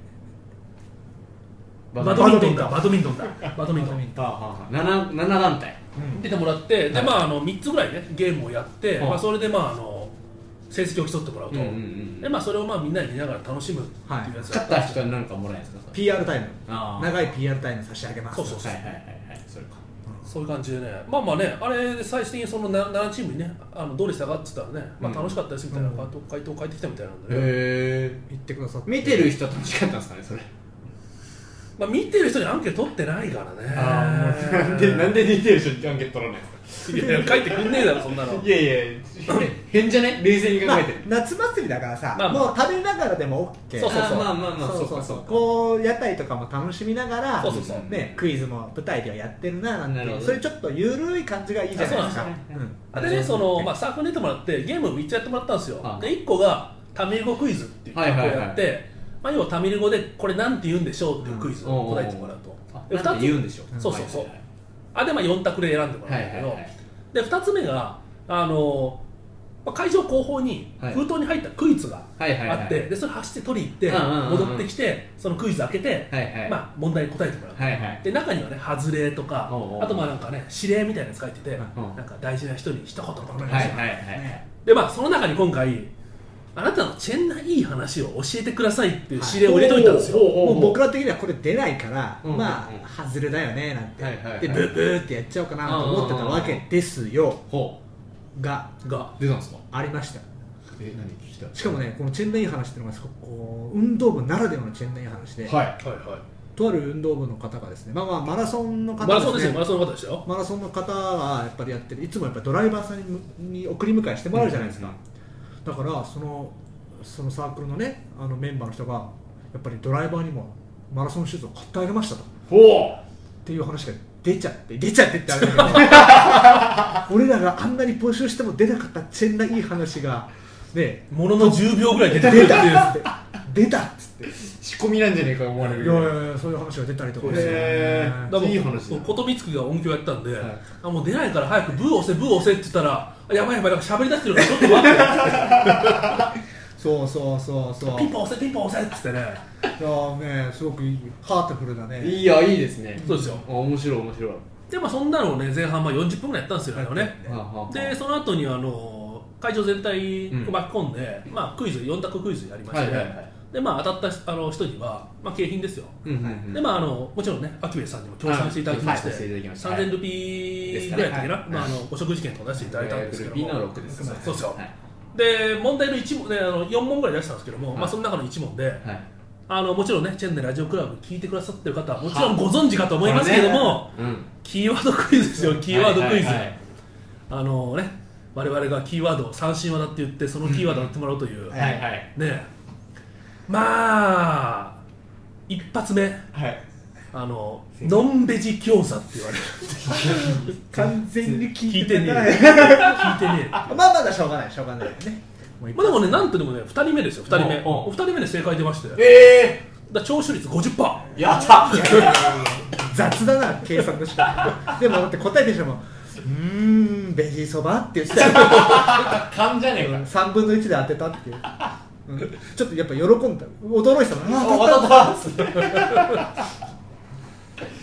Speaker 3: ー、
Speaker 1: バ
Speaker 3: バ
Speaker 1: ドミン
Speaker 3: ドミントンだ、バドミントンだ、バ
Speaker 2: ー
Speaker 3: ド ミントン。
Speaker 2: ン
Speaker 1: トンはあはあはあ七七団体
Speaker 3: 出てもらって、
Speaker 1: は
Speaker 3: で
Speaker 1: い
Speaker 3: まあ、あの3つぐらいね、ゲームをやって、
Speaker 1: はい
Speaker 3: まあ、それで、まあ、あの成績を競ってもらうと、
Speaker 1: うんうんうん
Speaker 3: でまあ、それを、まあ、みんなで見ながら楽しむっていうやつだ
Speaker 1: 勝った人は何かもらえるんですか
Speaker 2: PR タイム
Speaker 1: あー
Speaker 2: 長い PR タイム差し上げます
Speaker 3: そうそう
Speaker 1: はいはいはいはいそれか
Speaker 3: そういう感じでね、まあまあね、あれで最終的にその 7, チームにね、あのどうでしたかって言ったらね、まあ、楽しかったですみたいな
Speaker 2: うん
Speaker 3: 回答回答返ってきたみたいなんで、ね
Speaker 1: へえ
Speaker 2: 言ってくださって
Speaker 1: 見てる人は楽しかったんですかねそれ
Speaker 3: まあ、見てる人にアンケート取ってないからね、
Speaker 1: なんでなんで見てる人にアンケート取らないんですか
Speaker 3: いやいや、書いてくんねえだろ、そんなの。
Speaker 1: いやいやいや変じゃね冷静に考
Speaker 2: まあ
Speaker 1: えて、
Speaker 2: 夏祭りだからさ、
Speaker 3: まあまあ
Speaker 2: もう食べながらでも OK
Speaker 3: そうそうそう
Speaker 1: あーまあまあまあそうかそうか
Speaker 2: こう屋台とかも楽しみながら
Speaker 3: そうそうそう
Speaker 2: ね、クイズも舞台ではやってるななんて
Speaker 1: なるほど
Speaker 2: そういうちょっとゆるい感じがいいじゃないですか
Speaker 1: あそうなんですね
Speaker 3: でね、そのまあ、サークルに出てもらってゲーム3つやってもらったんですよ、
Speaker 1: はい
Speaker 3: で1個がタミル語クイズっていう企画をやって、
Speaker 1: は
Speaker 3: まあ、要はタミル語でこれなんて言うんでしょうっていうクイズ
Speaker 1: うん
Speaker 3: を答えてもらうと、
Speaker 1: あ
Speaker 3: で
Speaker 1: なんて言うん
Speaker 3: 2つ
Speaker 1: でしょ
Speaker 2: うん
Speaker 3: そうそうそう
Speaker 1: はい
Speaker 3: あで、まあ、4択で選んでも
Speaker 1: は
Speaker 3: ら
Speaker 1: い
Speaker 3: うんだ
Speaker 1: は
Speaker 3: け
Speaker 1: い
Speaker 3: ど、
Speaker 1: はい
Speaker 3: で2つ目があの、まあ、会場後方に
Speaker 1: はい
Speaker 3: 封筒に入ったクイズが
Speaker 1: はいはいはい
Speaker 3: あって、でそれ走って取り行って、
Speaker 1: うんうんうんうん
Speaker 3: 戻ってきてそのクイズ開けて、
Speaker 1: はいはい
Speaker 3: まあ、問題に答えてもらう、
Speaker 1: はいはい
Speaker 3: で中にはね、外れとか
Speaker 1: おうおう
Speaker 3: あとまあなんかね指令みたいなやつ書いてて、
Speaker 1: ん
Speaker 3: なんか大事な人に一言とかね
Speaker 1: はいはいはい
Speaker 3: でまあその中に今回あなたのチェンナいい話を教えてくださいっていう指令を入れといたんですよ、
Speaker 1: はいおおお
Speaker 2: もう僕ら的にはこれ出ないから、
Speaker 1: うん
Speaker 2: ま
Speaker 1: うん
Speaker 2: あ外れだよねなんて、
Speaker 1: はいはいはい
Speaker 2: でブーブーってやっちゃおうかなと思ってたわけですよ
Speaker 1: ほ
Speaker 2: が
Speaker 3: が
Speaker 1: う出たんですか
Speaker 2: ありました
Speaker 1: え何聞きたい
Speaker 2: しかもねこのチェンダイン話っていうのがすごくこう運動部ならではのチェンダイン話で、
Speaker 1: はい
Speaker 3: はいはい
Speaker 2: とある運動部の方がですね、まあ、まあマラソンの方
Speaker 3: マラソンですよ
Speaker 2: ね
Speaker 3: マラソンの方でしたよ
Speaker 2: マラソンの方がやっぱりやってるいつもやっぱドライバーさんにに送り迎えしてもらうじゃないですか、だからそのそのサークルのねあのメンバーの人がやっぱりドライバーにもマラソンシューズを買ってあげましたとっ
Speaker 1: ほ
Speaker 2: ていう話が出ちゃって出ちゃってってあれだけど、俺らがあんなに募集しても出なかったチェンないい話がね
Speaker 3: ものの10秒ぐらい出てくる
Speaker 2: 出
Speaker 3: って
Speaker 2: た
Speaker 3: いう
Speaker 2: っつって出たっつって
Speaker 1: う仕込みなんじゃねえか思われ
Speaker 2: い
Speaker 1: る
Speaker 2: やいやいやそういう話が出たりとかね
Speaker 1: へー
Speaker 3: だから
Speaker 1: いい話だ
Speaker 3: もう琴光輝が音響やったんで、
Speaker 1: い
Speaker 3: あもう出ないから早くブー押せブー押せって言ったらあやばいやばいなんか喋り出してるからちょっと待 って
Speaker 2: そうそうそうそう
Speaker 3: ピンポン押せピンポン押せっつってね
Speaker 2: いやーねすごくいいハートフルだね
Speaker 1: いやいいですね
Speaker 3: そうですよ
Speaker 1: あ面白い面白い
Speaker 3: でまあそんなのをね前半まあ40分ぐらいやったんですよあれをね
Speaker 1: はあはあ
Speaker 3: でその後にあの会場全体
Speaker 1: うん
Speaker 3: を巻き込んで、まあ、クイズ4択クイズやりまし
Speaker 1: は
Speaker 3: て、
Speaker 1: いはいはい
Speaker 3: でまあ、当たったあの人には、まあ、景品ですよ、
Speaker 1: うんうんうん
Speaker 3: でまあ、あのもちろんね、秋兵衛さんにも協賛していただきまして、
Speaker 1: はい協賛していただきました
Speaker 3: 3000ルピーぐらいだったっけな、
Speaker 1: ですかね
Speaker 3: まあ、
Speaker 1: は
Speaker 3: あ
Speaker 1: い
Speaker 3: のお食事券と出していただいたんですけど
Speaker 1: ビ
Speaker 3: も、
Speaker 1: の6です
Speaker 3: そうそう
Speaker 1: はい
Speaker 3: で問題の一問、ね、あの4問ぐらい出したんですけども、
Speaker 1: はい
Speaker 3: まあ、その中の1問で、
Speaker 1: はい
Speaker 3: あのもちろんね、チェンネルラジオクラブ聞いてくださってる方は、もちろんご存知かと思いますけども、
Speaker 1: うん
Speaker 3: キーワードクイズですよ、キーワードクイズ。
Speaker 1: はいはいはい
Speaker 3: あのね、我々がキーワードを三振技って言ってそのキーワードをやってもらうという、
Speaker 2: はい
Speaker 3: ね
Speaker 1: はいはい
Speaker 3: えまあ一発目
Speaker 1: はい
Speaker 3: あののんべじ餃子って言われる
Speaker 2: 完全に聞
Speaker 3: 聞
Speaker 2: い
Speaker 3: いて
Speaker 2: て
Speaker 3: ねえ
Speaker 2: ない
Speaker 3: 聞いてね
Speaker 2: まあまだしょうがないしょうがないよねまあ一
Speaker 3: まあ、でもね、なんとでもね、2人目ですよ、2人目、
Speaker 1: うん
Speaker 3: お二人目で正解出まして、だか
Speaker 1: え
Speaker 3: ら聴取率50%、
Speaker 1: えやった
Speaker 2: いやいやいやいや雑だな計算の仕方でもだって答えてしもうーんベジそばって言ってたよ
Speaker 1: 勘じゃねえか
Speaker 2: 3分の1で当てたっていう、うんちょっとやっぱ喜んだ驚いてた
Speaker 1: あ
Speaker 2: もん
Speaker 1: 当たったっつって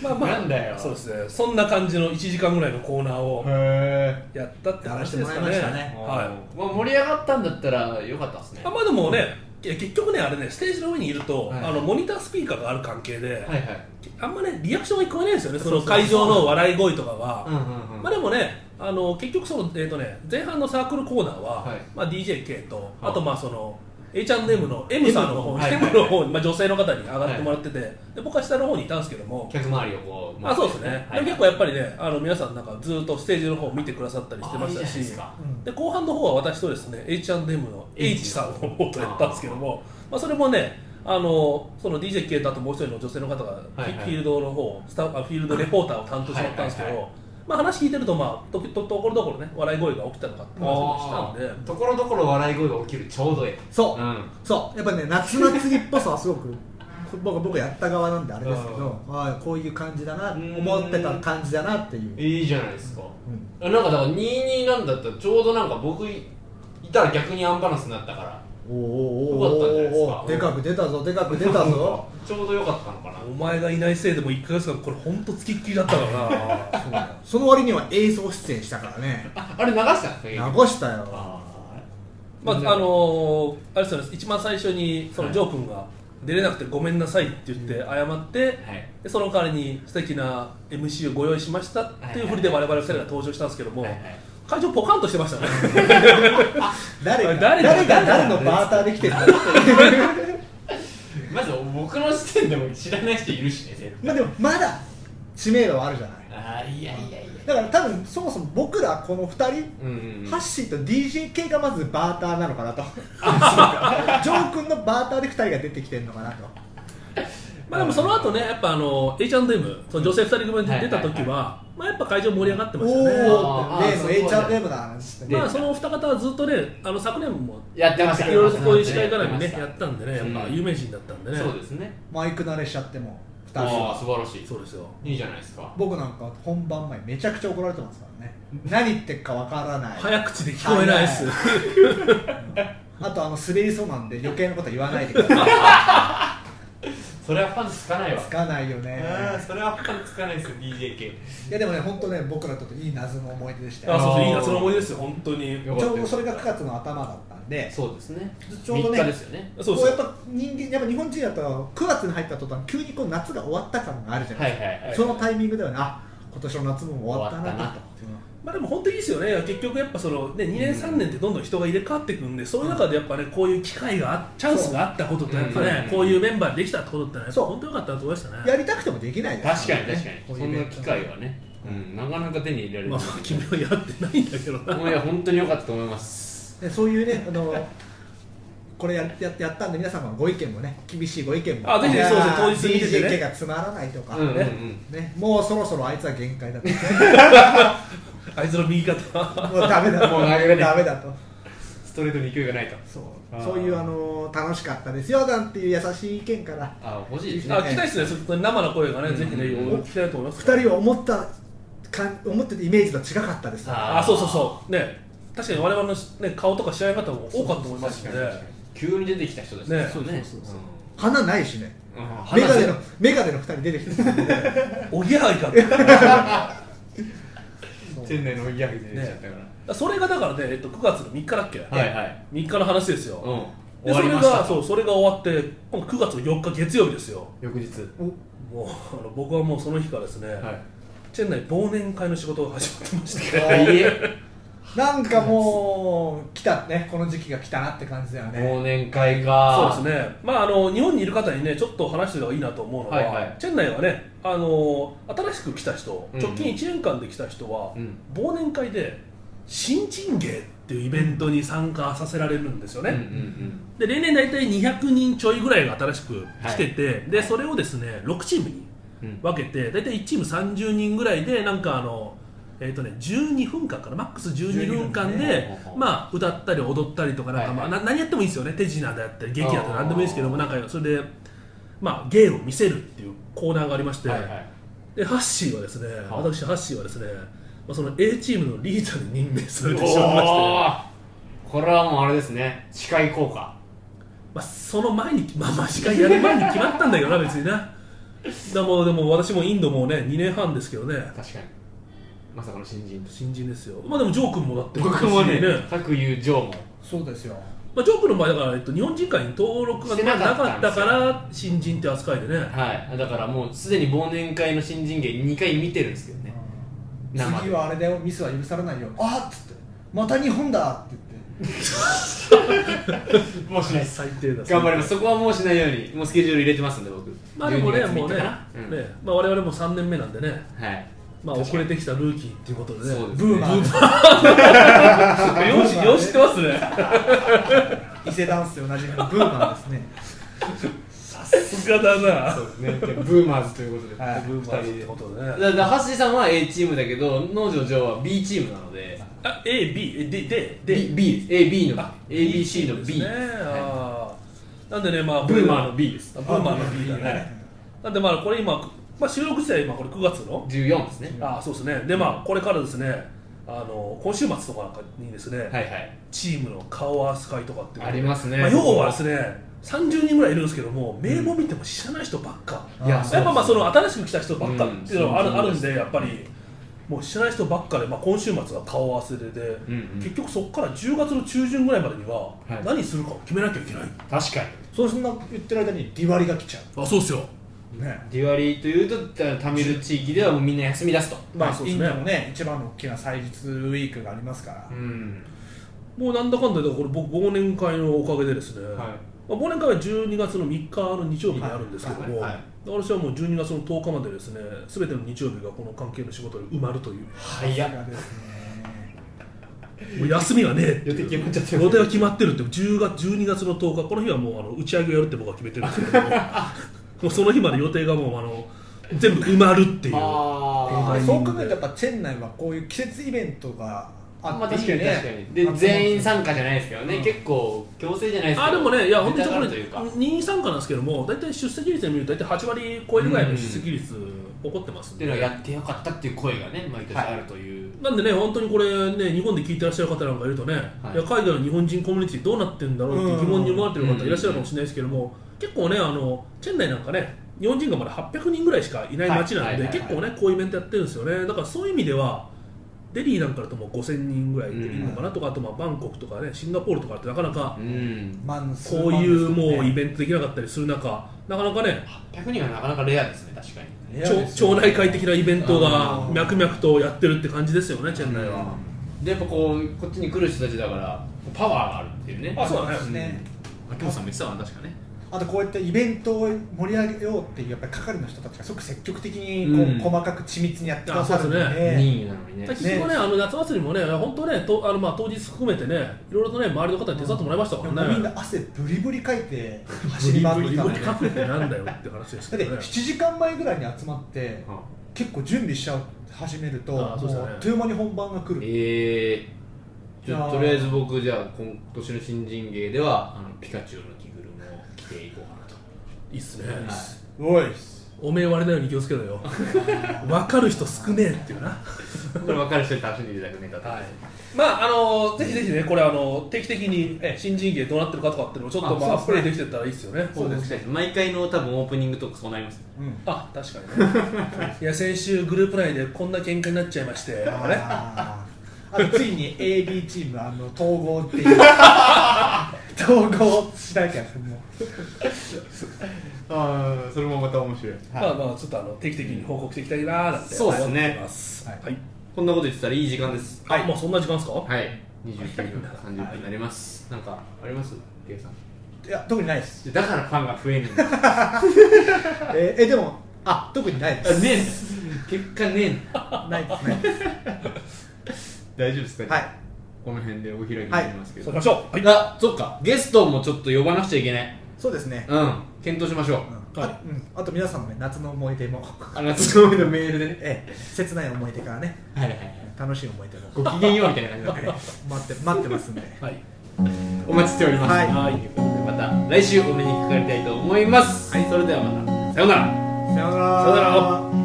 Speaker 3: まあ
Speaker 1: なんだよ
Speaker 3: そうですね、そんな感じの1時間ぐらいのコーナーを
Speaker 1: へ
Speaker 3: やったって話ですか
Speaker 2: やら
Speaker 3: ね、
Speaker 2: せてもらいましたね
Speaker 3: は
Speaker 1: まあ、盛り上がったんだったらよかったですね
Speaker 3: い、あまあでもね、いや結局ね、あれね、ステージの上にいると、
Speaker 1: はい
Speaker 3: あのモニタースピーカーがある関係で、
Speaker 1: はいはい
Speaker 3: あんまね、リアクションが聞こえないんですよね、その
Speaker 1: そうそうそう
Speaker 3: 会場の笑い声とかは。
Speaker 1: うんうんうん
Speaker 3: まあ、でもね、あの結局その、えーとね、前半のサークルコーナーは、
Speaker 1: はい
Speaker 3: まあ、DJK と、
Speaker 1: はい
Speaker 3: あとまあその H&M の M さんの方、
Speaker 1: はい
Speaker 3: M の方に、 まあ、女性の方に上がってもらってて、で僕は下の方にいたんですけども、
Speaker 1: 客周りをこう
Speaker 3: あそうですね、
Speaker 1: はい
Speaker 3: でも結構やっぱりね、あの皆さん、なんかずっとステージの方を見てくださったりしてました
Speaker 1: あいい
Speaker 3: し、
Speaker 1: じゃない
Speaker 2: うん
Speaker 3: で後半の方は私とですね H&M の H さんの方とやったんですけども、まあ、それもねあのその DJK とあともう一人の女性の方がフ
Speaker 1: はい
Speaker 3: ィ
Speaker 1: はい
Speaker 3: フィールドの方スタッフあフィールドレポーターを担当してもらったんですけ
Speaker 1: はいはい
Speaker 3: どまあ話聞いてるとまあととところどころね笑い声が起きたのかって
Speaker 1: あ
Speaker 3: 話もしたん
Speaker 1: ー
Speaker 3: で
Speaker 1: ところどころ笑い声が起きるちょうどええ
Speaker 2: そううんそうやっぱね夏祭りっぽさはすごく僕は僕はやった側なんであれですけどああこういう感じだな
Speaker 1: うん
Speaker 2: 思ってた感じだなっていう、
Speaker 1: いいじゃないですか
Speaker 2: うん
Speaker 1: あなんかだから22なんだったらちょうどなんか僕いたら逆にアンバランスになったから
Speaker 2: おーお
Speaker 1: よかったんじゃない
Speaker 2: ーおー
Speaker 1: です
Speaker 2: お
Speaker 1: か
Speaker 2: ーでかく出たぞでかく出たぞ
Speaker 1: ちょうどよかったのかな
Speaker 3: お前がいないせいでもう1か月間これ本当つきっきりだった からな
Speaker 2: そうだよその割には映像出演したからね
Speaker 1: ああれ流したんです
Speaker 2: 流
Speaker 1: か
Speaker 2: したよ
Speaker 1: あ
Speaker 3: まああのあれですよね一番最初にそのジョー君が出れなくてごめんなさいって言って謝って、
Speaker 1: ーはい
Speaker 3: でその代わりに素敵な MC をご用意しましたっていうふりで我々2人が登場したんですけども、
Speaker 1: はいはい
Speaker 3: 会場ポカンとしてましたね
Speaker 2: 誰が
Speaker 3: 誰
Speaker 2: 誰
Speaker 3: が
Speaker 2: が誰のバーターで来てるんだ ろう
Speaker 1: まず僕の視点でも知らない人いるしね絶
Speaker 2: まあ
Speaker 1: 対
Speaker 2: でもまだ知名度はあるじゃない
Speaker 1: あーいやいやいや
Speaker 2: だから多分そもそも僕らこの2人
Speaker 1: うんうんうん
Speaker 2: ハッシーと DJ 系がまずバーターなのかな とジョー君のバーターで2人が出てきてるのかなと
Speaker 3: まあでもその後ねやっぱあの H&M その女性2人組で出た時
Speaker 1: はいはい
Speaker 3: は、まあ、やっぱ会場盛り上がってましたね
Speaker 2: おお
Speaker 1: あー
Speaker 2: 例の
Speaker 1: あーそう
Speaker 2: H&M の話して
Speaker 1: で
Speaker 2: ね
Speaker 3: まあそのお二方はずっとねあの昨年も
Speaker 1: やってました
Speaker 3: いろいろこういう司会絡み
Speaker 1: やっ
Speaker 3: ね
Speaker 1: てま
Speaker 3: や
Speaker 1: し
Speaker 3: ったんでねやっぱ
Speaker 1: うん
Speaker 3: 有名人だったんで
Speaker 1: た
Speaker 3: ね、
Speaker 1: そうですね
Speaker 2: マイク慣れしちゃっても2人
Speaker 1: ああ
Speaker 2: は
Speaker 1: 素晴らしい
Speaker 3: そうですよ
Speaker 1: いいじゃないですか
Speaker 2: 僕なんか本番前めちゃくちゃ怒られてますからね何言ってっかわからない
Speaker 3: 早口で聞こえないです
Speaker 2: はあとあの滑りそうなんで余計なこと言わないでください
Speaker 1: それはファンつかないわ
Speaker 2: つかないよね
Speaker 1: あーそれはファンつかないですよ DJK
Speaker 2: いやでもね本当ね僕らにとっていい謎の思い出でした
Speaker 3: あ
Speaker 2: よ
Speaker 3: そうそういいなその思い出ですよ本当に
Speaker 1: よか
Speaker 2: ち
Speaker 1: った
Speaker 2: ょうどそれが9月の頭だったんで
Speaker 1: そうですね
Speaker 2: ちょうどね
Speaker 1: 3日ですよね
Speaker 3: そう
Speaker 2: こ
Speaker 3: そう
Speaker 2: やっぱ人間やっぱ日本人だと9月に入った途端急にこう夏が終わった感があるじゃな
Speaker 1: はいい
Speaker 2: で
Speaker 1: はい
Speaker 2: すか、
Speaker 1: はい
Speaker 2: そのタイミングではねあ今年の夏も終わったなと
Speaker 1: 終わったな
Speaker 3: まあでも本当にいいですよね、結局やっぱその、ね、2年、3年ってどんどん人が入れ替わっていくんで、そういう中でやっぱね、こういう機会があ、チャンスがあったことって、やっぱね、
Speaker 1: そう
Speaker 3: こういうメンバーできたってことってね、やっぱ
Speaker 2: そう
Speaker 3: 本当によかったなと思いました
Speaker 2: や
Speaker 3: ね。
Speaker 2: りたくてもできないです
Speaker 1: 確
Speaker 2: か
Speaker 1: からに
Speaker 2: ね
Speaker 1: 確かに
Speaker 2: こう
Speaker 1: そん
Speaker 2: いうイ
Speaker 1: な
Speaker 2: ベント
Speaker 1: 機会はね、うん、なかなか手に入れられ
Speaker 3: まあ
Speaker 1: ない、、
Speaker 3: 君はやってないん だけどな。
Speaker 1: もういや本当に良かったと思います
Speaker 2: でそういうねあのこれやややったんで皆様のご意見もね厳しいご意見も
Speaker 3: あぜひね
Speaker 2: いやー
Speaker 3: そうですね当日見ててね
Speaker 2: DJK がつまらないとか、
Speaker 1: うんうんう
Speaker 3: ね
Speaker 1: ん
Speaker 2: ね、もうそろそろあいつは限 界だとも
Speaker 3: あいつの右肩。
Speaker 2: うダメだと
Speaker 1: もう投げれない
Speaker 2: ダメだと
Speaker 1: ストレートに勢いがないと
Speaker 2: そう
Speaker 1: あー
Speaker 2: そういうあの楽しかったですよなんていう優しい意見から
Speaker 1: あ欲しいですね
Speaker 3: あ、来たいですね、そこに生の声が
Speaker 1: う
Speaker 3: ね、
Speaker 1: ん
Speaker 3: ぜひね、聞きたいと思います。
Speaker 2: 2人は思ったかん思ってたイメージと違かったです
Speaker 1: あ
Speaker 3: あ、そうそうそう。ね、確かに我々のね、顔とか知らない方も多かったと思いますんで、
Speaker 1: 急に出てきた人です
Speaker 3: ね
Speaker 1: そうね
Speaker 2: そうそうそう花ないしね
Speaker 1: うんうん
Speaker 2: メガ
Speaker 1: 話
Speaker 2: ネ
Speaker 1: せ
Speaker 2: のメガネの2人出てきて
Speaker 3: おぎやはぎかって。
Speaker 1: 店内のおぎやはぎで出てきちゃったから、
Speaker 3: それがだからね、えっと、9月の3日だっけ
Speaker 1: はいはい
Speaker 3: 3日の話ですよ。
Speaker 1: う
Speaker 3: で
Speaker 1: ん終
Speaker 3: そ
Speaker 1: わり
Speaker 3: れ
Speaker 1: ました
Speaker 3: がそうそれが終わって今度9月の4日月曜日ですよ
Speaker 1: 翌日
Speaker 3: もう あの僕はもうその日からですね、チェン内忘年会の仕事が始まってま して
Speaker 1: いいえ
Speaker 2: なんかもう来たねこの時期が来たなって感じだよね
Speaker 1: 忘年会
Speaker 3: そ
Speaker 1: が
Speaker 3: うですねまああの日本にいる方にねちょっと話してた方がいいなと思うのは、
Speaker 1: はいはい
Speaker 3: チェン内はねあの新しく来た人
Speaker 1: うん
Speaker 3: 直近1年間で来た人は、
Speaker 1: うん
Speaker 3: 忘年会で新人芸っていうイベントに参加させられるんですよね、
Speaker 1: うんうん
Speaker 3: で例年大体200人ちょいぐらいが新しく来てて、でそれをですね6チームに
Speaker 1: うんうん
Speaker 3: 分けて大体1チーム30人ぐらいでなんかあのえーとね、12分間かなマックス12分間
Speaker 1: 12
Speaker 3: で、
Speaker 1: 分ね
Speaker 3: まあ、歌ったり踊ったりとかなんか、
Speaker 1: はいはい
Speaker 3: まあ、な何やってもいいんですよね手品であったり劇だったり何でもいいですけどもなんかそれで、まあ、芸を見せるっていうコーナーがありまして、
Speaker 1: はいはい
Speaker 3: でハッシーはですね
Speaker 1: はい
Speaker 3: 私ハッシーはですね、まあ、その A チームのリーダーに任命されてしまいまして、
Speaker 1: お
Speaker 3: ま
Speaker 1: ーこれはもうあれですね司会効果
Speaker 3: あ、その前に、まあ、まあ司会やる前に決まったんだけどな別になでもでも私もインドもね2年半ですけどね
Speaker 1: 確かにまさかの新人
Speaker 3: 新人ですよまあでもジョー君もだって
Speaker 1: 僕もね
Speaker 3: 今年
Speaker 1: 各有情も
Speaker 2: そうですよ
Speaker 3: まあ、ジョークの場合だから、えっと、日本人会に登録が
Speaker 1: して
Speaker 3: ま
Speaker 1: な
Speaker 3: あ
Speaker 1: か
Speaker 3: な
Speaker 1: ったん
Speaker 3: か
Speaker 1: で
Speaker 3: った
Speaker 1: す
Speaker 3: か
Speaker 1: よ
Speaker 3: ら新人って扱いでね
Speaker 1: はいだからもうすでに忘年会の新人芸2回見てるんですけどね
Speaker 2: 次
Speaker 1: 生で
Speaker 2: はあれだよミスは許されないよあっつってまた日本だって言って
Speaker 1: もうしないです
Speaker 3: 最低だ
Speaker 1: 頑張りますそこはもうしないようにもうスケジュール入れてますんで僕
Speaker 3: まあでもね
Speaker 1: 12月
Speaker 3: もうね
Speaker 1: 3日かなうん
Speaker 3: ね、まあ、我々も3年目なんでね、
Speaker 1: はい
Speaker 3: まあ、
Speaker 1: 確
Speaker 3: 遅
Speaker 1: かに
Speaker 3: れてきたルーキーっていうことでね
Speaker 1: そうです
Speaker 2: ブーマー
Speaker 3: よ しよしてますね
Speaker 2: 伊勢ダンスでおなじみのブーマーですね
Speaker 3: さすがだな
Speaker 1: そうですねブーマーズということで
Speaker 2: はい
Speaker 1: 二人
Speaker 3: って
Speaker 1: で
Speaker 3: ことでね
Speaker 1: だだ橋さんは A チームだけど農場上は B チームなので
Speaker 3: あ AB ででで
Speaker 1: B, B です AB の
Speaker 3: あ
Speaker 1: ABC の B
Speaker 3: ですねあーなんでねまあ
Speaker 1: ブーマーの B です
Speaker 3: あブーマーの B だねなんでまあこれ今、まあ、収録自体今これ9月の
Speaker 1: 14ですね
Speaker 3: ああそうですねでまあこれからですねあの今週末とかにですね、
Speaker 1: はいはい
Speaker 3: チームの顔合わせ会とかっていうの
Speaker 1: ありますね
Speaker 3: あ要はですね30人ぐらいいるんですけども名簿見ても知らない人ばっか、
Speaker 2: あー
Speaker 1: いや
Speaker 3: やっぱまあそ
Speaker 1: の
Speaker 3: の新しく来た人ばっか
Speaker 1: うん
Speaker 3: っていうのはある,、
Speaker 1: そう
Speaker 3: あ
Speaker 1: そう
Speaker 3: る
Speaker 1: で
Speaker 3: ん
Speaker 1: す
Speaker 3: でやっぱりもう知らない人ばっかで、まあ、今週末は顔合わせでで、
Speaker 1: うんうん
Speaker 3: 結局そこから10月の中旬ぐらいまでには
Speaker 1: はい
Speaker 3: 何するかを決めなきゃいけない、
Speaker 1: 確かに
Speaker 2: そうそんな言ってる間にディワリが来ちゃ
Speaker 3: あそうっすよ
Speaker 2: うね
Speaker 1: ディワリーというとタミル地域ではもうみんな休み出すと
Speaker 2: ま
Speaker 3: あ
Speaker 2: あ
Speaker 3: そうで
Speaker 2: イ
Speaker 3: す
Speaker 2: ン
Speaker 3: ね
Speaker 2: ドのね一番の大きな祭日ウィークがありますから
Speaker 1: ん
Speaker 3: もうなんだかんだでこれ僕忘年会のおかげでですね、
Speaker 1: は
Speaker 3: まあ、忘年会は12月の3日の日曜日にあるんですけども、
Speaker 1: はいはい
Speaker 3: 私はもう12月の10日までですね全ての日曜日がこの関係の仕事で埋まる という
Speaker 1: い
Speaker 2: さ
Speaker 1: 早
Speaker 2: す
Speaker 1: っ
Speaker 2: がですね
Speaker 3: もう休みがねえってい
Speaker 1: 予
Speaker 3: う
Speaker 1: 定決まっちゃって
Speaker 3: 予定は決まってるって10月12月の10日この日はもうあの打ち上げをやるって僕は決めてるんですけど ももうその日まで予定がもうあの全部埋まるっていう
Speaker 1: あ
Speaker 3: は
Speaker 1: ー
Speaker 3: い
Speaker 2: そう考えるとやっぱチェン内はこういう季節イベントが
Speaker 1: ま
Speaker 2: あ
Speaker 1: あ
Speaker 2: ってい
Speaker 1: 確
Speaker 2: いね
Speaker 1: かに確かにで全員参加じゃないですけどね、
Speaker 2: うん
Speaker 1: 結構強制じゃないですけど
Speaker 3: あでもね、いや本当に
Speaker 1: ネタ
Speaker 3: こ
Speaker 1: があ
Speaker 3: れ
Speaker 1: るというか
Speaker 3: 任意参加なんですけども、大体出席率で見ると、大体8割超えるぐらいの出席率、起こってますん
Speaker 1: って
Speaker 3: で
Speaker 1: いうのはやってよかったっていう声がね毎年あるという、
Speaker 3: なんでね、本当にこれ、ね、日本で聞いてらっしゃる方なんかいるとね、
Speaker 1: はい
Speaker 3: い、や海外の日本人コミュニティどうなってるんだろうっていう疑問に思われてる方いらっしゃるかもしれないですけども、結構ね、あのチェン内なんかね、日本人がまだ800人ぐらいしかいない街なんで、
Speaker 1: はいはいはいはい
Speaker 3: 結構ね、こういうイベントやってるんですよね、だからそういう意味では、デリーなんかだともう5000人ぐらいいるのかなとか、あとまあバンコクとかね、シンガポールとかってなかなか、
Speaker 1: うん
Speaker 2: まあ
Speaker 3: こういうもうイ
Speaker 2: ン
Speaker 3: ベントできなかったりする中、なかなかね、
Speaker 1: 800人はなかなかレアですね確かに
Speaker 3: 町町内会的なイベントが
Speaker 2: うん
Speaker 3: 脈々とやってるって感じですよね、チェン内は。
Speaker 1: でやっぱこうこっちに来る人たちだからパワーがあるっていうね
Speaker 3: あそうだね
Speaker 2: ですね
Speaker 1: 秋元さんも言ってたわ確かね
Speaker 2: あとこうやってイベントを盛り上げようっていうやっぱり係の人たちがすごく積極的にこう、
Speaker 1: うん
Speaker 2: 細かく緻密にやってくださるんで,、
Speaker 3: あそう
Speaker 1: 任意なのにね
Speaker 3: 結局ね、あの夏祭りもね、本当ね、とあのまあ当日含めてね、いろいろとね、周りの方に手伝ってもらいましたか
Speaker 2: で
Speaker 3: ら
Speaker 2: もみん
Speaker 3: ね。
Speaker 2: な汗ブリブリかいて走り回ってたの
Speaker 3: ブ
Speaker 2: で
Speaker 3: リブリ書くってなんだよって話です
Speaker 2: だ
Speaker 3: け
Speaker 2: って
Speaker 3: どね。
Speaker 2: 7時間前ぐらいに集まって結構準備しちゃう始めると
Speaker 3: あそうですよね
Speaker 2: もうあっという間に本番が来る
Speaker 1: えー、ち
Speaker 2: いや
Speaker 1: ょ
Speaker 2: ー
Speaker 1: とりあえず僕じゃあ今年の新人芸ではあのピカチュウの着ぐるみを着ていこうかなと
Speaker 3: いいっすね。
Speaker 2: おい
Speaker 3: おめえ割れないように気をつけろよ。わかる人少ねえっていうな。
Speaker 1: これ分かる人に楽しんでいただくネタだと
Speaker 3: はい、まああのぜひぜひねこれあの定期的にえ新人芸どうなってるかとかっていうのをちょっと
Speaker 1: あ
Speaker 3: まあ、アッ
Speaker 1: そ
Speaker 3: プ
Speaker 1: うで
Speaker 3: デ
Speaker 1: す
Speaker 3: ートできてったらいいですよね
Speaker 1: そうですね毎回の多分オープニングとかそうなりますね
Speaker 2: うん
Speaker 3: あ確かにねいや先週グループ内でこんな喧嘩になっちゃいましてとかね
Speaker 2: あーあとついに AB チームあの統合って いう統合しなきゃもう
Speaker 1: ああそれもまた面白い
Speaker 2: はい
Speaker 3: まあまあちょっとあの定期的に報告していきたいなーなんて
Speaker 1: そうですね
Speaker 3: 思ってます
Speaker 2: は
Speaker 3: はいい、
Speaker 1: こんなこと言ってたらいい時間です
Speaker 3: あもうそんな時間ですか、
Speaker 1: はい29分から30分になりますなんかありますリエさん
Speaker 2: いや特にないです、
Speaker 1: だからファンが増 えるんですあ
Speaker 2: えーえでもあ特にないで
Speaker 1: ね
Speaker 2: す
Speaker 1: えんです結果ねえんだ
Speaker 2: ないですね
Speaker 1: 大丈夫です か
Speaker 2: はい
Speaker 1: この辺でお開きになりますけ
Speaker 3: そ
Speaker 1: ど、
Speaker 3: うしましょうはい
Speaker 1: あそっかゲストもちょっと呼ばなくちゃいけない
Speaker 2: そうですね、
Speaker 1: うん検討しましょう
Speaker 2: うん
Speaker 3: は
Speaker 2: あうん、あと皆さんの、ね、夏の思い出も
Speaker 1: あのつのみのメールでね
Speaker 2: ええ切ない思い出からね
Speaker 1: はいはいはい
Speaker 2: 楽しい思い出も
Speaker 1: ごきげんようみたいな感じだったね
Speaker 2: 待って待ってますんで
Speaker 3: はい
Speaker 1: お待ちしております、
Speaker 2: はい
Speaker 1: ということでまた来週お目にかかりたいと思います、それではまたさようなら
Speaker 2: さようなら
Speaker 1: さようなら